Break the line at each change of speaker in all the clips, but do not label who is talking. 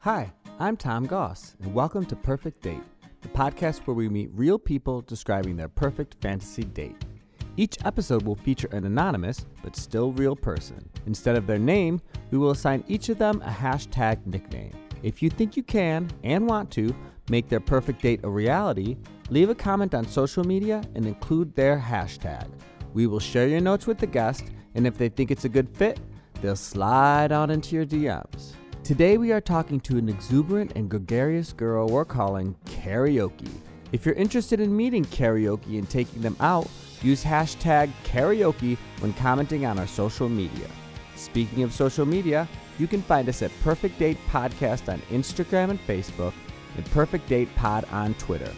Hi, I'm Tom Goss, and welcome to Perfect Date, the podcast where we meet real people describing their perfect fantasy date. Each episode will feature an anonymous but still real person. Instead of their name, we will assign each of them a hashtag nickname. If you think you can and want to make their perfect date a reality, leave a comment on social media and include their hashtag. We will share your notes with the guest, and if they think it's a good fit, they'll slide on into your DMs. Today we are talking to an exuberant and gregarious girl we're calling karaoke. If you're interested in meeting karaoke and taking them out, use hashtag karaoke when commenting on our social media. Speaking of social media, you can find us at Perfect Date Podcast on Instagram and Facebook and Perfect Date Pod on Twitter.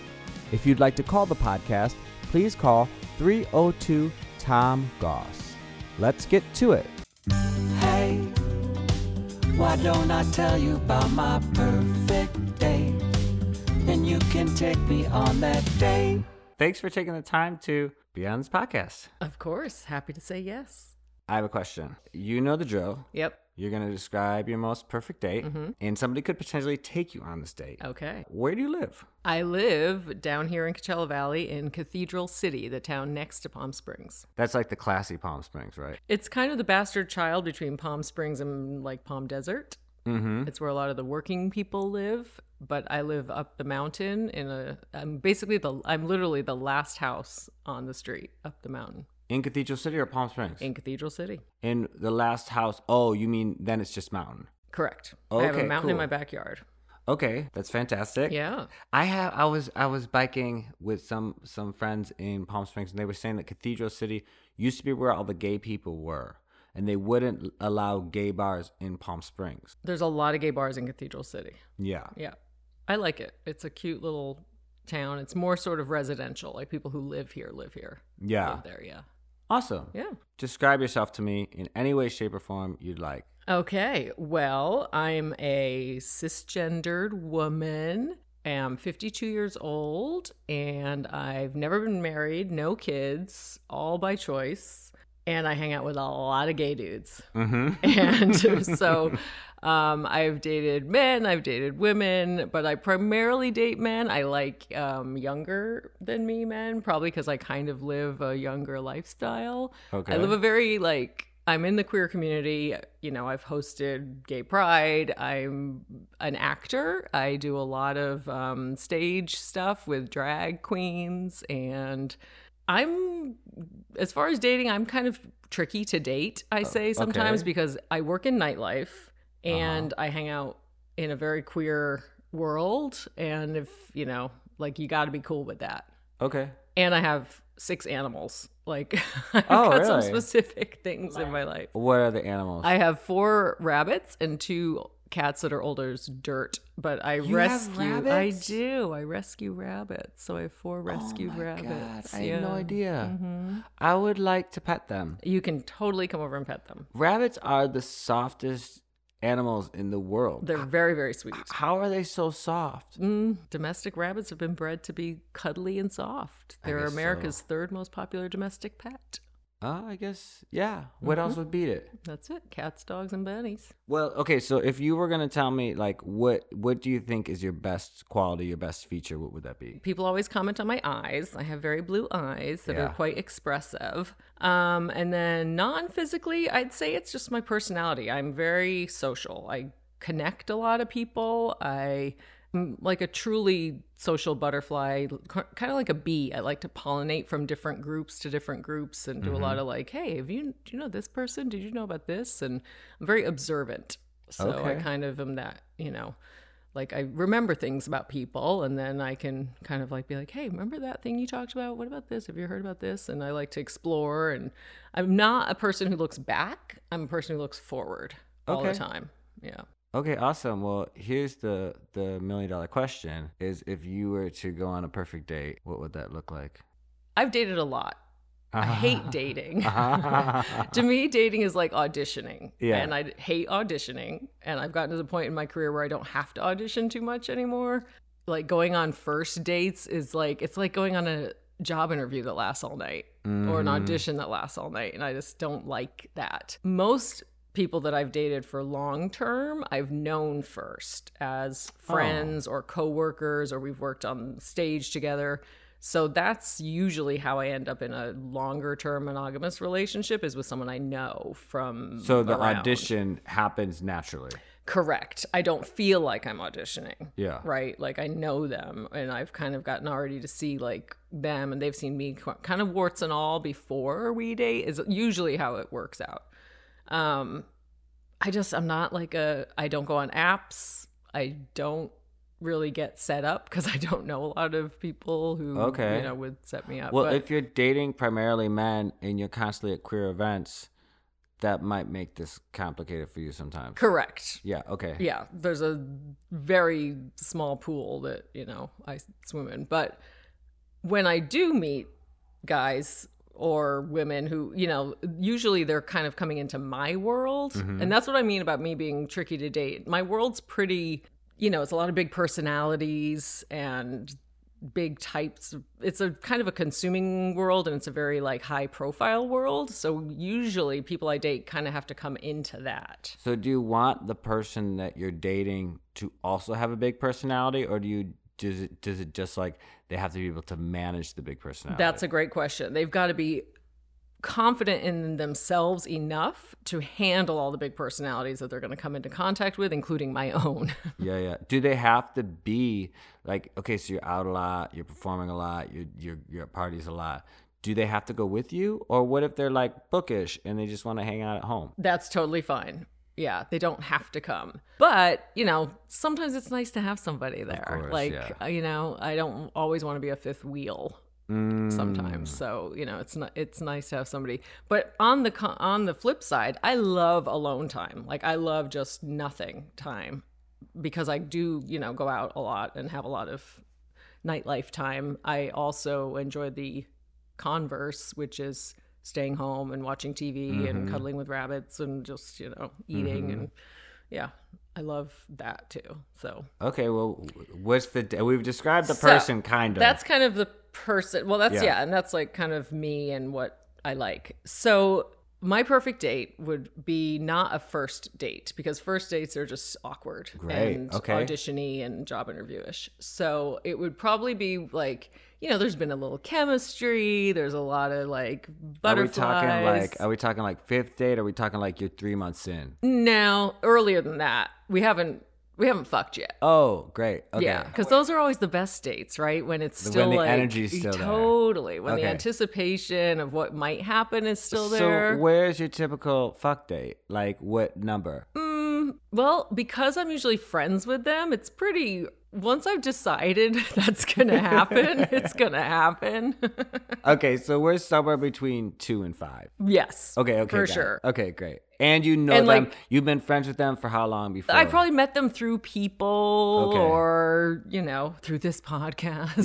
If you'd like to call the podcast, please call 302 Tom Goss. Let's get to it.
Hey, why don't I tell you about my perfect day? Then you can take me on that day.
Thanks for taking the time to be on this podcast.
Of course. Happy to say yes.
I have a question. You know the drill.
Yep.
You're going to describe your most perfect date, and somebody could potentially take you on this date.
Okay.
Where do you live?
I live down here in Coachella Valley in Cathedral City, the town next to Palm Springs.
That's like the classy Palm Springs, right?
It's kind of the bastard child between Palm Springs and like Palm Desert.
Mm-hmm.
It's where a lot of the working people live, but I live up the mountain in a I'm basically the I'm literally the last house on the street up the mountain
In Cathedral City or Palm Springs?
in Cathedral City.
In the last house. Oh, you mean then it's just mountain.
Correct. I have a
Okay,
mountain in
cool.
my backyard.
Okay, that's fantastic.
Yeah.
I have I was I was biking with some some friends in Palm Springs and they were saying that Cathedral City used to be where all the gay people were and they wouldn't allow gay bars in Palm Springs.
There's a lot of gay bars in Cathedral City.
Yeah.
Yeah. I like it. It's a cute little town. It's more sort of residential. Like people who live here live here.
Yeah.
Live there, yeah.
Awesome.
Yeah.
Describe yourself to me in any way shape or form you'd like.
Okay. Well, I'm a cisgendered woman. I'm 52 years old and I've never been married, no kids, all by choice. And I hang out with a lot of gay dudes. Mm-hmm.
Mhm.
and so um, I've dated men, I've dated women, but I primarily date men. I like um, younger than me men, probably because I kind of live a younger lifestyle.
Okay.
I live a very like I'm in the queer community. You know, I've hosted Gay Pride. I'm an actor. I do a lot of um, stage stuff with drag queens, and I'm as far as dating, I'm kind of tricky to date. I say sometimes
Oh, okay. Uh-huh.
because I work in nightlife and I hang out in a very queer world, and if you know, like you got to be cool with that
Okay.
and I have six animals. Like I've
Oh,
got some
really?
specific things in my life.
What are the animals?
I have four rabbits and two cats that are older as dirt, but I
You have
rescue I
rabbits?
do. I rescue rabbits. So I have four rescue
oh my
rabbits.
God, I had no
Yeah. Mm-hmm.
idea. I would like to pet them.
You can totally come over and pet them.
Rabbits are the softest animals in the world.
They're very, very sweet.
How are they so soft?
Mm, domestic rabbits have been bred to be cuddly and soft.
I
They're
guess
America's
so.
third most popular domestic pet.
Uh, I guess, yeah. What else
Mm-hmm.
would beat it?
That's it. Cats, dogs, and bunnies.
Well, okay, so if you were gonna tell me, like, what what do you think is your best quality, your best feature? What would that be?
people always comment on my eyes. I have very blue eyes that
Yeah.
are quite expressive. Um, and then non physically, I'd say it's just my personality. I'm very social. I connect a lot of people. I am like a truly social butterfly, kind of like a bee. I like to pollinate from different groups to different groups and do
Mm-hmm.
a lot of like, hey, have you do you know this person? Did you know about this? And I'm very observant. So I
Okay.
kind of am that, you know like I remember things about people and then I can kind of like be like, "Hey, remember that thing you talked about? What about this? Have you heard about this?" And I like to explore and I'm not a person who looks back. I'm a person who looks forward all the
Okay.
time. Yeah.
Okay, awesome. Well, here's the the million dollar question: is if you were to go on a perfect date, what would that look like?
I've dated a lot. I hate dating. to me, dating is like auditioning.
Yeah.
And I hate auditioning. And I've gotten to the point in my career where I don't have to audition too much anymore. Like going on first dates is like, it's like going on a job interview
Mm-hmm.
that lasts all night or an audition that lasts all night. And I just don't like that. Most people that I've dated for long term, I've known first as
Oh.
friends or coworkers or we've worked on stage together. So that's usually how I end up in a longer term monogamous relationship is with someone I know from
So the
around.
audition happens naturally.
Correct. I don't feel like I'm auditioning.
Yeah.
Right. Like I know them and I've kind of gotten already to see like them and they've seen me qu- kind of warts and all before we date is usually how it works out. Um, I just, I'm not like a, I don't go on apps. I don't really get set up because I don't know a lot of people who,
Okay.
you know, would set me up.
Well,
but-
if you're dating primarily men and you're constantly at queer events, that might make this complicated for you sometimes.
correct.
Yeah, okay.
yeah there's a very small pool that you know i swim in but when i do meet guys or women who you know usually they're kind of coming into my world and that's what i mean about me being tricky to date my world's pretty you know it's a lot of big personalities and big types it's a kind of a consuming world and it's a very like high profile world so usually people i date kind of have to come into that
So do you want the person that you're dating to also have a big personality or do you does it does it just like they have to be able to manage the big personality?
That's a great question. They've got to be confident in themselves enough to handle all the big personalities that they're going to come into contact with, including my own.
Yeah, yeah. Do they have to be like okay, so you're out a lot, you're performing a lot, you're you're, you're at parties a lot. Do they have to go with you, or what if they're like bookish and they just want to hang out at home?
That's totally fine. Yeah, they don't have to come. But, you know, sometimes it's nice to have somebody there.
course,
like, uh,
yeah.
you know, I don't always want to be a fifth wheel
Mm,
sometimes. So, you know, it's not it's nice to have somebody. But on the co- on the flip side, I love alone time. Like I love just nothing time because I do, you know, go out a lot and have a lot of nightlife time. I also enjoy the converse, which is staying home and watching TV and cuddling with rabbits and just, you know, eating and yeah, I love that too. So
Okay, well, what's the we've described the
So,
person kind of.
that's kind of the person. Well, that's
Yeah.
yeah. and that's like kind of me and what I like. So my perfect date would be not a first date because first dates are just awkward
Great.
and
Okay.
auditiony and job interviewish. So it would probably be like you know, there's been a little chemistry. There's a lot of like
are we
butterflies.
talking like are we talking like fifth date? Are we talking like you're three months in?
no earlier than that? We haven't we haven't fucked yet.
Oh, great. Okay.
Yeah, because those are always the best dates, right? When it's
When
still
the
like
energy's still there.
totally when
Okay.
the anticipation of what might happen is still
So
there.
where's your typical fuck date? Like what number?
Mm. well, because I'm usually friends with them, it's pretty. Once I've decided that's gonna happen, it's gonna happen.
Okay, so we're somewhere between two and five.
yes.
Okay, okay,
for
got it.
sure.
Okay, great. And you know
And,
them.
like-
You've been friends with them for how long before?
I probably met them through people
Okay.
or, you know, through this podcast.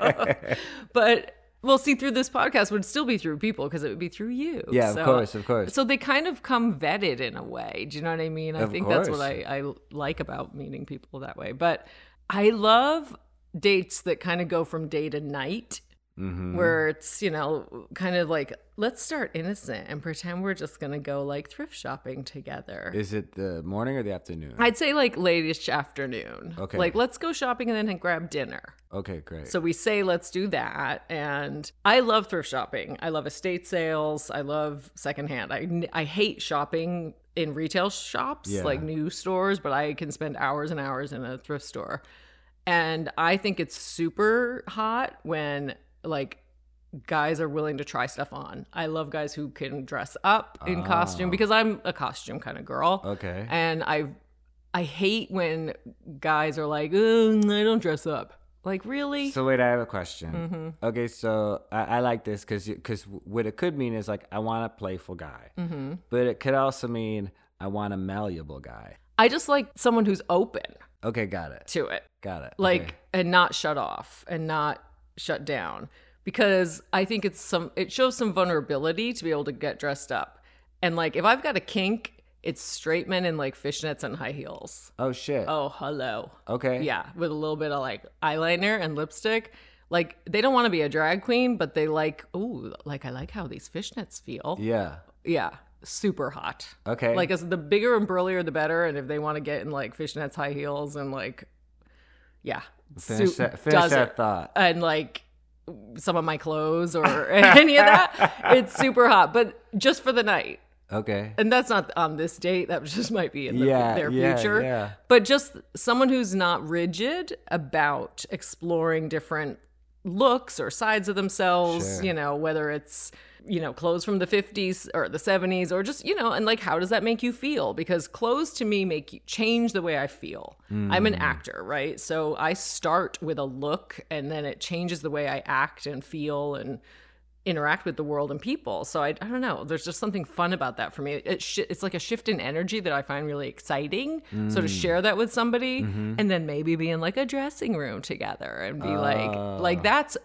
but well, see, through this podcast would still be through people because it would be through you.
Yeah, of course, of course.
So they kind of come vetted in a way. Do you know what I mean? I
Of
think that's what
course.
I, I like about meeting people that way. But I love dates that kind of go from day to night
Mhm.
where it's you know kind of like let's start innocent and pretend we're just gonna go like thrift shopping together
Is it the morning or the afternoon?
I'd say like latish afternoon.
Okay.
Like let's go shopping and then grab dinner.
okay, great.
So we say let's do that. And I love thrift shopping. I love estate sales. I love secondhand. I I hate shopping in retail shops
Yeah.
like new stores, but I can spend hours and hours in a thrift store. And I think it's super hot when like guys are willing to try stuff on. I love guys who can dress up in
Ah.
costume because I'm a costume kind of girl.
okay.
And I I hate when guys are like, "Oh, I don't dress up." Like, really?
So wait, I have a question.
Mm-hmm.
Okay, so I, I like this because because what it could mean is like I want a playful guy, mm-hmm. but it could also mean I want a malleable guy.
I just like someone who's open
Okay, got it,
to it.
got it.
Like
okay.
and not shut off and not shut down because I think it's some it shows some vulnerability to be able to get dressed up. And like if I've got a kink, it's straight men in like fishnets and high heels.
oh shit.
Oh, hello.
okay.
Yeah, with a little bit of like eyeliner and lipstick. Like they don't want to be a drag queen, but they like, ooh, like I like how these fishnets feel.
Yeah.
Yeah. super hot.
Okay.
Like as the bigger and burlier the better, and if they want to get in like fishnets, high heels, and like yeah,
finish
suit
that, finish
does
that
it.
thought.
and like some of my clothes or any of that, it's super hot, but just for the night.
Okay.
And that's not on this date. That just might be in the,
yeah.
their
yeah,
future
Yeah.
but just someone who's not rigid about exploring different looks or sides of themselves
Sure.
you know whether it's you know clothes from the 50s or the 70s or just you know and like how does that make you feel because clothes to me make you change the way i feel i'm
Mm.
an actor right so i start with a look and then it changes the way i act and feel and interact with the world and people. So I, I don't know. There's just something fun about that for me. It, it shi it's like a shift in energy that I find really exciting. So to share that with somebody and then maybe be in like a dressing room together and be
Oh.
like, like that's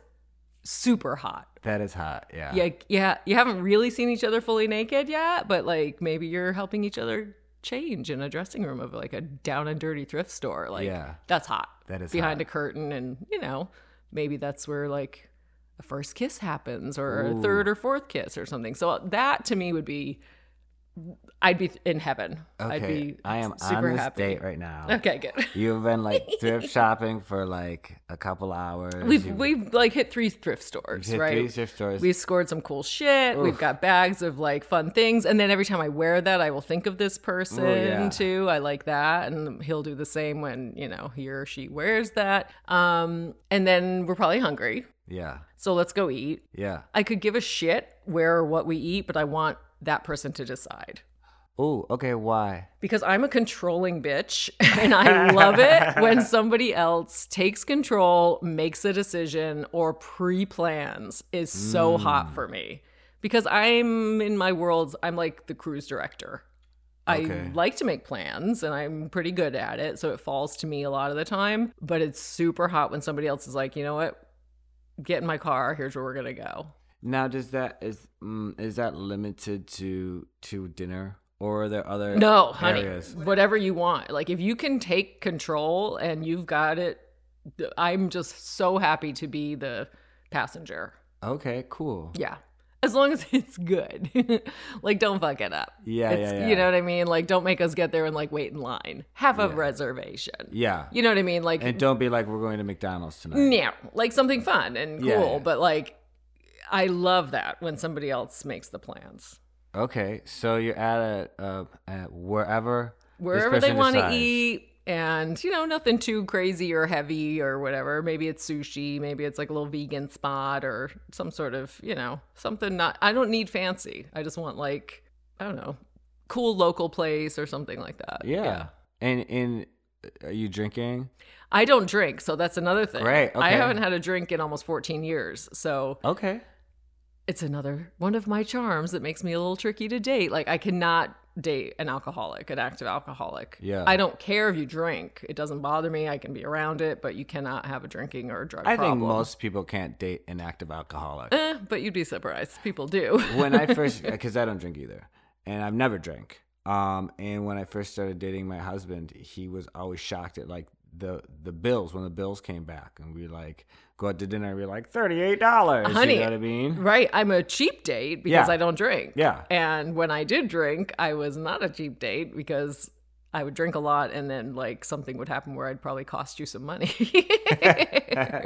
super hot.
That is hot. Yeah.
Yeah, yeah. You haven't really seen each other fully naked yet, but like maybe you're helping each other change in a dressing room of like a down and dirty thrift store. Like
Yeah.
that's hot.
That is hot.
behind a curtain, and you know maybe that's where like a first kiss happens, or
Ooh.
a third or fourth kiss, or something. So uh, that to me would be, I'd be in heaven. I'd
Okay.
be
I am
super
on this
happy.
date right now.
Okay, good.
You've been like thrift shopping for like a couple hours.
We've
You've-
we've like hit three thrift stores,
you've hit
right?
three thrift stores.
We've scored some cool shit. We've got bags of like fun things. And then every time I wear that, I will think of this person
yeah.
too. I like that. And he'll do the same when, you know, he or she wears that. Um, and then we're probably hungry.
yeah.
So let's go eat.
Yeah.
I could give a shit where or what we eat, but I want that person to decide.
Oh, okay. Why?
Because I'm a controlling bitch and I love it when somebody else takes control, makes a decision, or pre plans is so hot for me. Because I'm in my world, I'm like the cruise director.
Okay.
I like to make plans and I'm pretty good at it. So it falls to me a lot of the time. But it's super hot when somebody else is like, you know what? Get in my car. Here's where we're going to go.
Now, does that is mm, is that limited to to dinner, or are there other
No, honey.
areas?
Whatever you want. Like if you can take control and you've got it, I'm just so happy to be the passenger.
Okay, cool.
Yeah. As long as it's good. like don't fuck it up.
Yeah,
It's-
yeah, yeah.
You know what I mean? Like don't make us get there and like wait in line. Have a
Yeah.
reservation.
Yeah,
You know what I mean? Like
and don't be like we're going to McDonald's tonight.
no, like something fun and cool,
Yeah, yeah.
but like I love that when somebody else makes the plans.
Okay, so you're at a uh, at wherever this
wherever they
person
want to
decides.
eat and you know nothing too crazy or heavy or whatever maybe it's sushi maybe it's like a little vegan spot or some sort of you know something not i don't need fancy i just want like i don't know cool local place or something like that
Yeah. and and uh, are you drinking?
i don't drink so that's another thing
Great,
i
okay.
haven't had a drink in almost 14 years so
Okay,
it's another one of my charms that makes me a little tricky to date. Like I cannot date an alcoholic, an active alcoholic.
Yeah.
I don't care if you drink. It doesn't bother me. I can be around it, but you cannot have a drinking or a drug
I
problem.
think most people can't date an active alcoholic.
Eh, but you'd be surprised. People do.
when I first, because I don't drink either, and I've never drank. Um, and when I first started dating my husband, he was always shocked at like the the bills when the bills came back, and we like go out to dinner, and we are like thirty eight dollars.
Honey.
You know what I mean?
right. I'm a cheap date because
Yeah.
I don't drink.
Yeah.
And when I did drink, I was not a cheap date because I would drink a lot and then like something would happen where I'd probably cost you some money.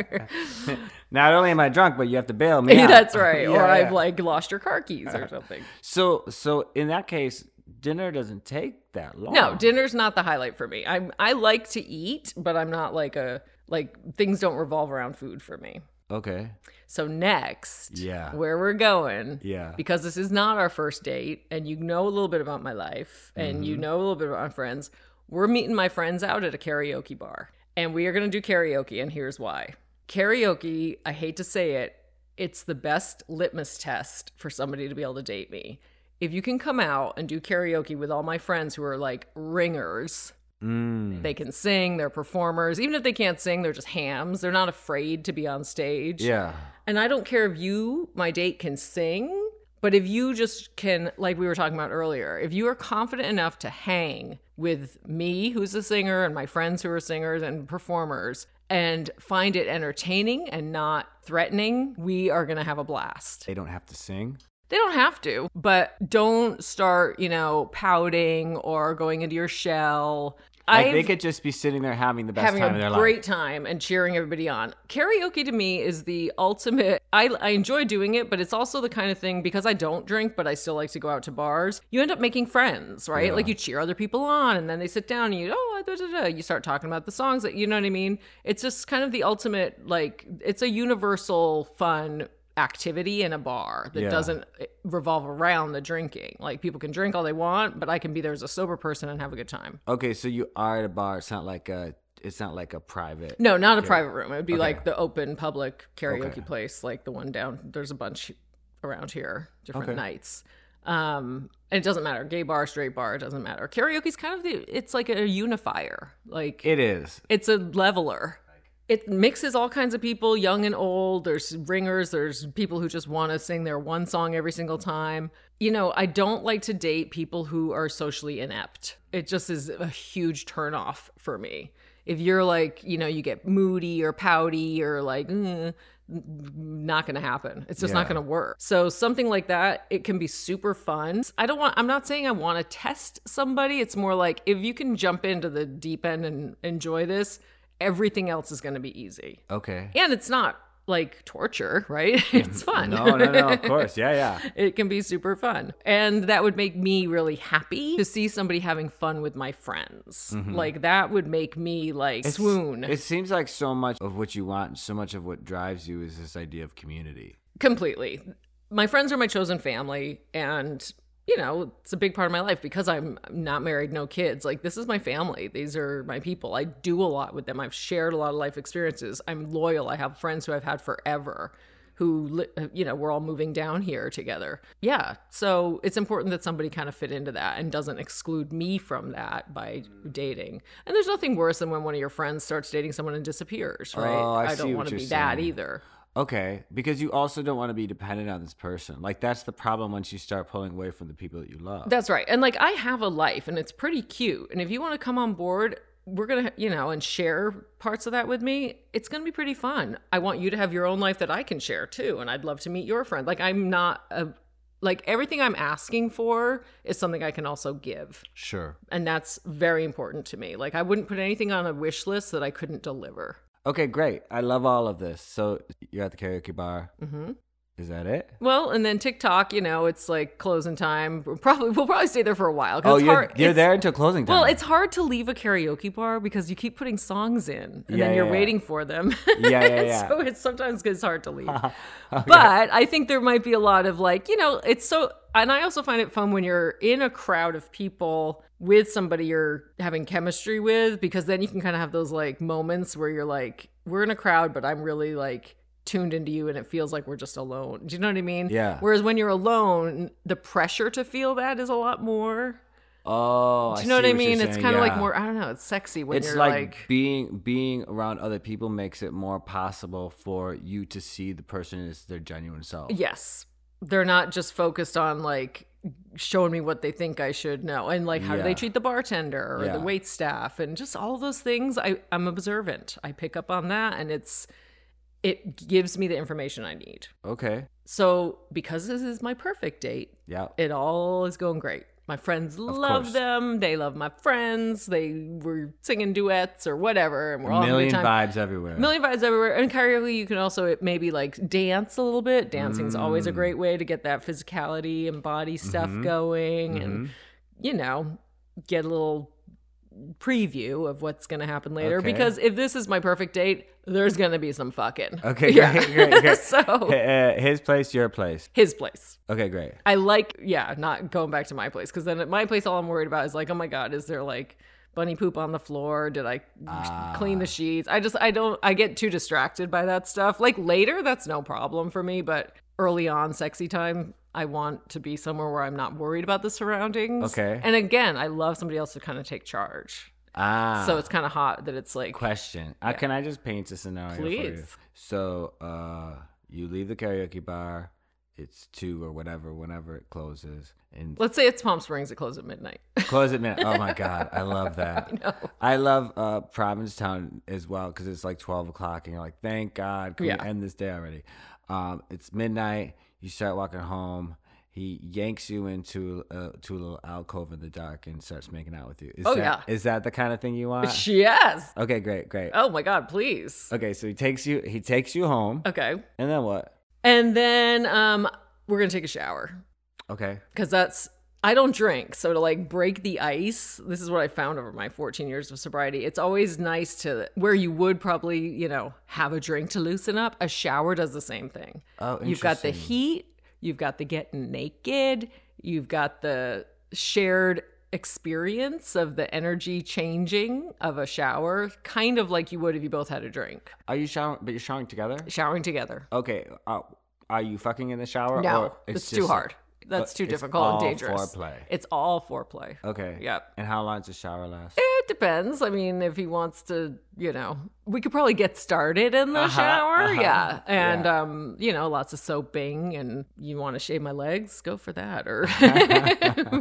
Not only am I drunk, but you have to bail me. out.
That's right.
Yeah,
or I've
yeah.
like lost your car keys or something.
so so in that case, dinner doesn't take that long.
No, dinner's not the highlight for me. I'm I like to eat, but I'm not like a like things don't revolve around food for me.
Okay.
So next,
Yeah.
where we're going,
Yeah.
because this is not our first date, and you know a little bit about my life, and you know a little bit about my friends. We're meeting my friends out at a karaoke bar, and we are going to do karaoke, and here's why. Karaoke, I hate to say it, it's the best litmus test for somebody to be able to date me. If you can come out and do karaoke with all my friends who are like ringers,
Mm.
they can sing, they're performers. Even if they can't sing, they're just hams. They're not afraid to be on stage.
Yeah.
And I don't care if you, my date, can sing, but if you just can, like we were talking about earlier, if you are confident enough to hang with me, who's a singer, and my friends who are singers and performers, and find it entertaining and not threatening, we are going to have a blast.
They don't have to sing.
They don't have to, but don't start, you know, pouting or going into your shell.
Like
I've-
they could just be sitting there having the best
having
time of their
a
life.
great time and cheering everybody on. Karaoke to me is the ultimate. I, I enjoy doing it, but it's also the kind of thing because I don't drink, but I still like to go out to bars. You end up making friends, right?
Yeah.
Like you cheer other people on, and then they sit down and you oh da, da, da. you start talking about the songs that you know what I mean. It's just kind of the ultimate like it's a universal fun activity in a bar that
Yeah.
doesn't eh, revolve around the drinking. Like people can drink all they want, but I can be there as a sober person and have a good time.
Okay, so you are at a bar. It's not like a. It's not like a private.
No, not a private room. It would be
Okay.
like the open public karaoke
Okay.
place, like the one down. There's a bunch around here, different
Okay.
nights. Um, and it doesn't matter, gay bar, straight bar, it doesn't matter. Karaoke's kind of the. It's like a unifier. Like
It is.
it's a leveler. It mixes all kinds of people, young and old. There's ringers, there's people who just want to sing their one song every single time. You know, I don't like to date people who are socially inept. It just is a huge turnoff for me. If you're like, you know, you get moody or pouty or like, "Mm," not going to happen. It's just not
Yeah.
going to work. So something like that, it can be super fun. I don't want I'm not saying I want to test somebody. It's more like if you can jump into the deep end and enjoy this, everything else is going to be easy.
Okay.
And it's not like torture, right? It's fun.
Mm, No, no, no. Of course. Yeah, yeah.
It can be super fun. And that would make me really happy to see somebody having fun with my friends.
Mm-hmm.
Like that would make me like swoon.
It seems like so much of what you want, and so much of what drives you, is this idea of community.
completely my friends are my chosen family and you know it's a big part of my life because i'm not married no kids like this is my family these are my people i do a lot with them i've shared a lot of life experiences i'm loyal i have friends who i've had forever who li- you know we're all moving down here together yeah so it's important that somebody kind of fit into that and doesn't exclude me from that by dating and there's nothing worse than when one of your friends starts dating someone and disappears right
Oh, I
don't
see
wanna
what you're
be that
saying.
either
Okay, because you also don't want to be dependent on this person. Like that's the problem once you start pulling away from the people that you love.
That's right. And like I have a life and it's pretty cute. And if you want to come on board, we're going to, you know, and share parts of that with me, it's going to be pretty fun. I want you to have your own life that I can share too. And I'd love to meet your friend. Like I'm not a, like everything I'm asking for is something I can also give.
sure.
And that's very important to me. Like I wouldn't put anything on a wish list that I couldn't deliver.
Okay, great. I love all of this. So you're at the karaoke bar.
hmm
Is that it?
Well, and then TikTok, you know, it's like closing time. We'll probably we'll probably stay there for a while. 'cause
oh,
it's
you're
hard-
you're
it's-
there until closing time.
Well, it's hard to leave a karaoke bar because you keep putting songs in and
Yeah,
then you're
yeah, yeah.
waiting for them.
Yeah, yeah,
And
yeah.
so it's sometimes gets hard to leave.
Okay.
But I think there might be a lot of like, you know, it's so and I also find it fun when you're in a crowd of people with somebody you're having chemistry with because then you can kind of have those like moments where you're like, we're in a crowd, but I'm really like tuned into you and it feels like we're just alone. Do you know what I mean?
Yeah.
Whereas when you're alone, the pressure to feel that is a lot more.
oh,
Do you know what
see
I
you're
mean? It's
saying,
kind of like
yeah.
more. I don't know. It's sexy when
It's
you're
like,
like,
being being around other people makes it more possible for you to see the person as their genuine self.
yes, they're not just focused on like showing me what they think I should know, and like how do
Yeah.
they treat the bartender or
Yeah.
the wait staff, and just all those things. I I'm observant. I pick up on that, and it's it gives me the information I need.
Okay.
So because this is my perfect date,
Yeah.
it all is going great. My friends love
course.
them. They love my friends. They were singing duets or whatever, and we're all
A
having a
million
good time.
vibes everywhere.
Million vibes everywhere. And karaoke, you can also maybe like dance a little bit. Dancing's
Mm.
always a great way to get that physicality and body
Mm-hmm.
stuff going and, you know, get a little preview of what's going to happen later.
Okay.
Because if this is my perfect date, there's going to be some fucking.
Okay, great, great, great.
so
H- uh, his place, your place.
his place.
Okay, great.
I like, yeah, not going back to my place because then at my place, all I'm worried about is like, oh my god, is there like bunny poop on the floor? Did I clean
Ah.
the sheets? I just, I don't, I get too distracted by that stuff. Like later, that's no problem for me, but early on, sexy time, I want to be somewhere where I'm not worried about the surroundings.
Okay.
And again, I love somebody else to kind of take charge.
Ah.
So it's kind of hot that it's like,
question. Uh, can I just paint a scenario for you?
Please.
So, uh, you leave the karaoke bar. It's two or whatever, whenever it closes, and
let's say it's Palm Springs, it closes at midnight.
Close it, man. Oh my god, I love that. I, love uh, Provincetown as well because it's like twelve o'clock, and you're like, thank God, can
Yeah.
we end this day already? Um, it's midnight. You start walking home, he yanks you into a, to a little alcove in the dark and starts making out with you. Is
Oh,
that,
yeah.
Is that the kind of thing you want?
yes.
Okay, great, great.
Oh my God, please.
Okay, so he takes you he takes you home,
Okay.
and then what?
And then um, we're going to take a shower
Okay,
because that's, I don't drink. So to like break the ice, this is what I found over my 14 years of sobriety. It's always nice to, where you would probably, you know, have a drink to loosen up, a shower does the same thing.
Oh,
You've got the
interesting.
heat, you've got the getting naked, you've got the shared experience of the energy changing of a shower, kind of like you would if you both had a drink,
are you showering? But you're showering together.
showering together.
Okay, uh, are you fucking in the shower?
No,
or
it's, too
just-
hard. That's
but
too
it's
difficult
all
and dangerous.
foreplay.
It's all foreplay.
Okay.
Yep.
And how long does the shower last?
It depends. I mean, if he wants to, you know, we could probably get started in the
Uh-huh,
shower.
uh-huh.
Yeah. And,
Yeah.
um, you know, lots of soaping and you want to shave my legs, go for that. Or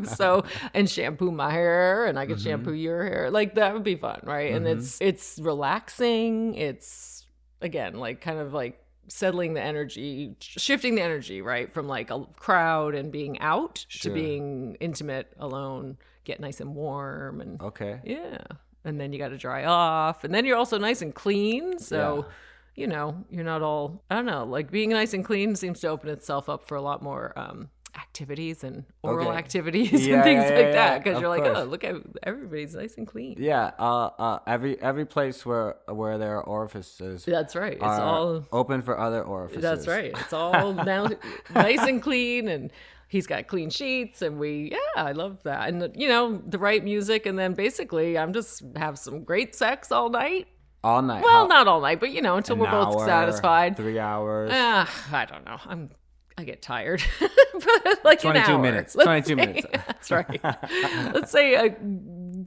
so, and shampoo my hair and I could shampoo
Mm-hmm.
your hair. Like that would be fun. Right. And it's, it's relaxing. It's again, like kind of like settling the energy, shifting the energy, right? From like a crowd and being out
Sure.
to being intimate, alone, get nice and warm and
Okay.
yeah. And then you got to dry off. And then you're also nice and clean. So, you know, you're not all, I don't know, like being nice and clean seems to open itself up for a lot more um, activities and oral
Okay.
activities
Yeah,
and things
yeah,
like
yeah, yeah.
that. Cause
Of
you're like,
course.
oh, look at everybody's nice and clean.
Yeah. Uh, uh, every every place where where there are orifices
That's right. It's
are
all,
open for other orifices.
that's right. It's all now nice and clean. And he's got clean sheets. And we, yeah, I love that. And, you know, the right music. And then basically, I'm just have some great sex all night.
All night.
Well,
How-
not all night, but you know, until
an
we're both
hour,
satisfied.
Three hours.
Uh, I don't know. I'm I get tired. but like an
22
hour.
minutes. 22
Let's say-
minutes.
That's right. Let's say uh,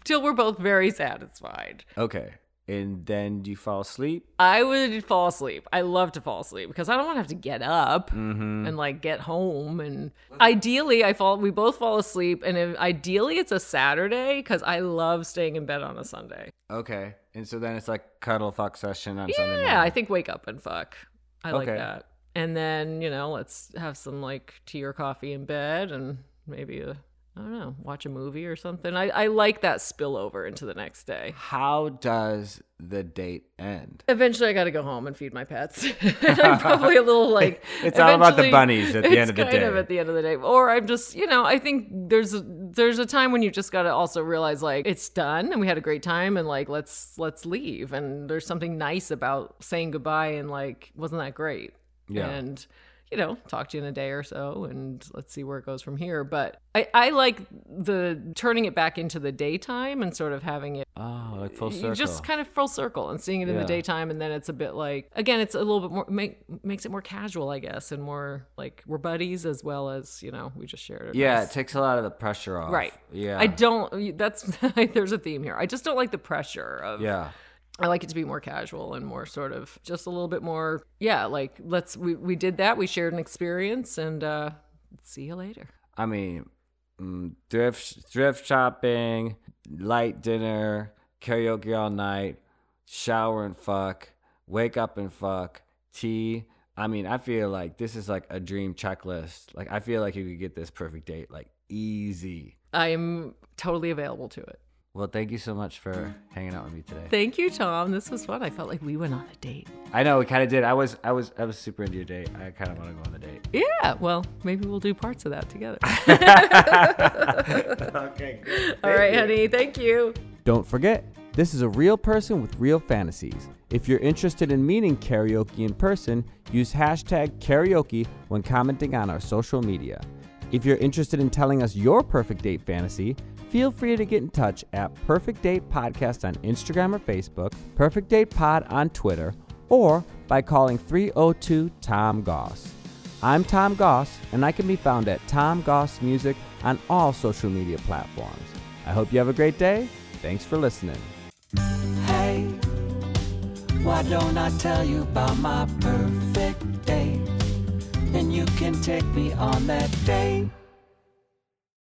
till we're both very satisfied.
Okay. And then you fall asleep.
I would fall asleep. I love to fall asleep because I don't want to have to get up
Mm-hmm.
and like get home. And ideally, I fall. We both fall asleep, and if, ideally, it's a Saturday because I love staying in bed on a Sunday.
Okay. And so then it's like cuddle fuck session on Sunday morning.
Yeah, I think wake up and fuck. I like
Okay.
that. And then, you know, let's have some like tea or coffee in bed and maybe, a, I don't know, watch a movie or something. I, I like that spillover into the next day.
How does the date end?
Eventually, I got to go home and feed my pets. I'm probably a little like.
It's all about the
eventually-
bunnies at the end
it's
of the
kind
day.
of at the end of the day. Or I'm just, you know, I think there's a, there's a time when you just got to also realize like it's done and we had a great time and like let's let's leave. And there's something nice about saying goodbye and like wasn't that great?
Yeah.
And you know, talk to you in a day or so and let's see where it goes from here. But I, I like the turning it back into the daytime and sort of having it
Oh, like full circle.
you just kind of full circle and seeing it in
Yeah.
the daytime and then it's a bit like again it's a little bit more make, makes it more casual i guess and more like we're buddies as well as you know we just shared it
yeah, it takes a lot of the pressure off.
right
Yeah.
i don't that's there's a theme here i just don't like the pressure of
Yeah.
i like it to be more casual and more sort of just a little bit more yeah like let's we, we did that we shared an experience and uh see you later
I mean, mm, thrift thrift shopping, light dinner, karaoke all night, shower and fuck, wake up and fuck, tea. I mean, I feel like this is like a dream checklist. Like I feel like you could get this perfect date like easy.
i'm totally available to it
Well, thank you so much for hanging out with me today.
thank you tom this was fun i felt like we went on a date
I know we kind of did. I was I was I was super into your date. I kind of want to go on the date.
Yeah, well, maybe we'll do parts of that together.
Okay. Good.
All right, honey. Thank you.
Don't forget, this is a real person with real fantasies. If you're interested in meeting karaoke in person, use hashtag karaoke when commenting on our social media. If you're interested in telling us your perfect date fantasy, feel free to get in touch at Perfect Date Podcast on Instagram or Facebook, Perfect Date Pod on Twitter, or by calling 302 Tom Goss. I'm Tom Goss, and I can be found at Tom Goss Music on all social media platforms. I hope you have a great day. Thanks for listening.
Hey, why don't I tell you about my perfect date? And you can take me on that date.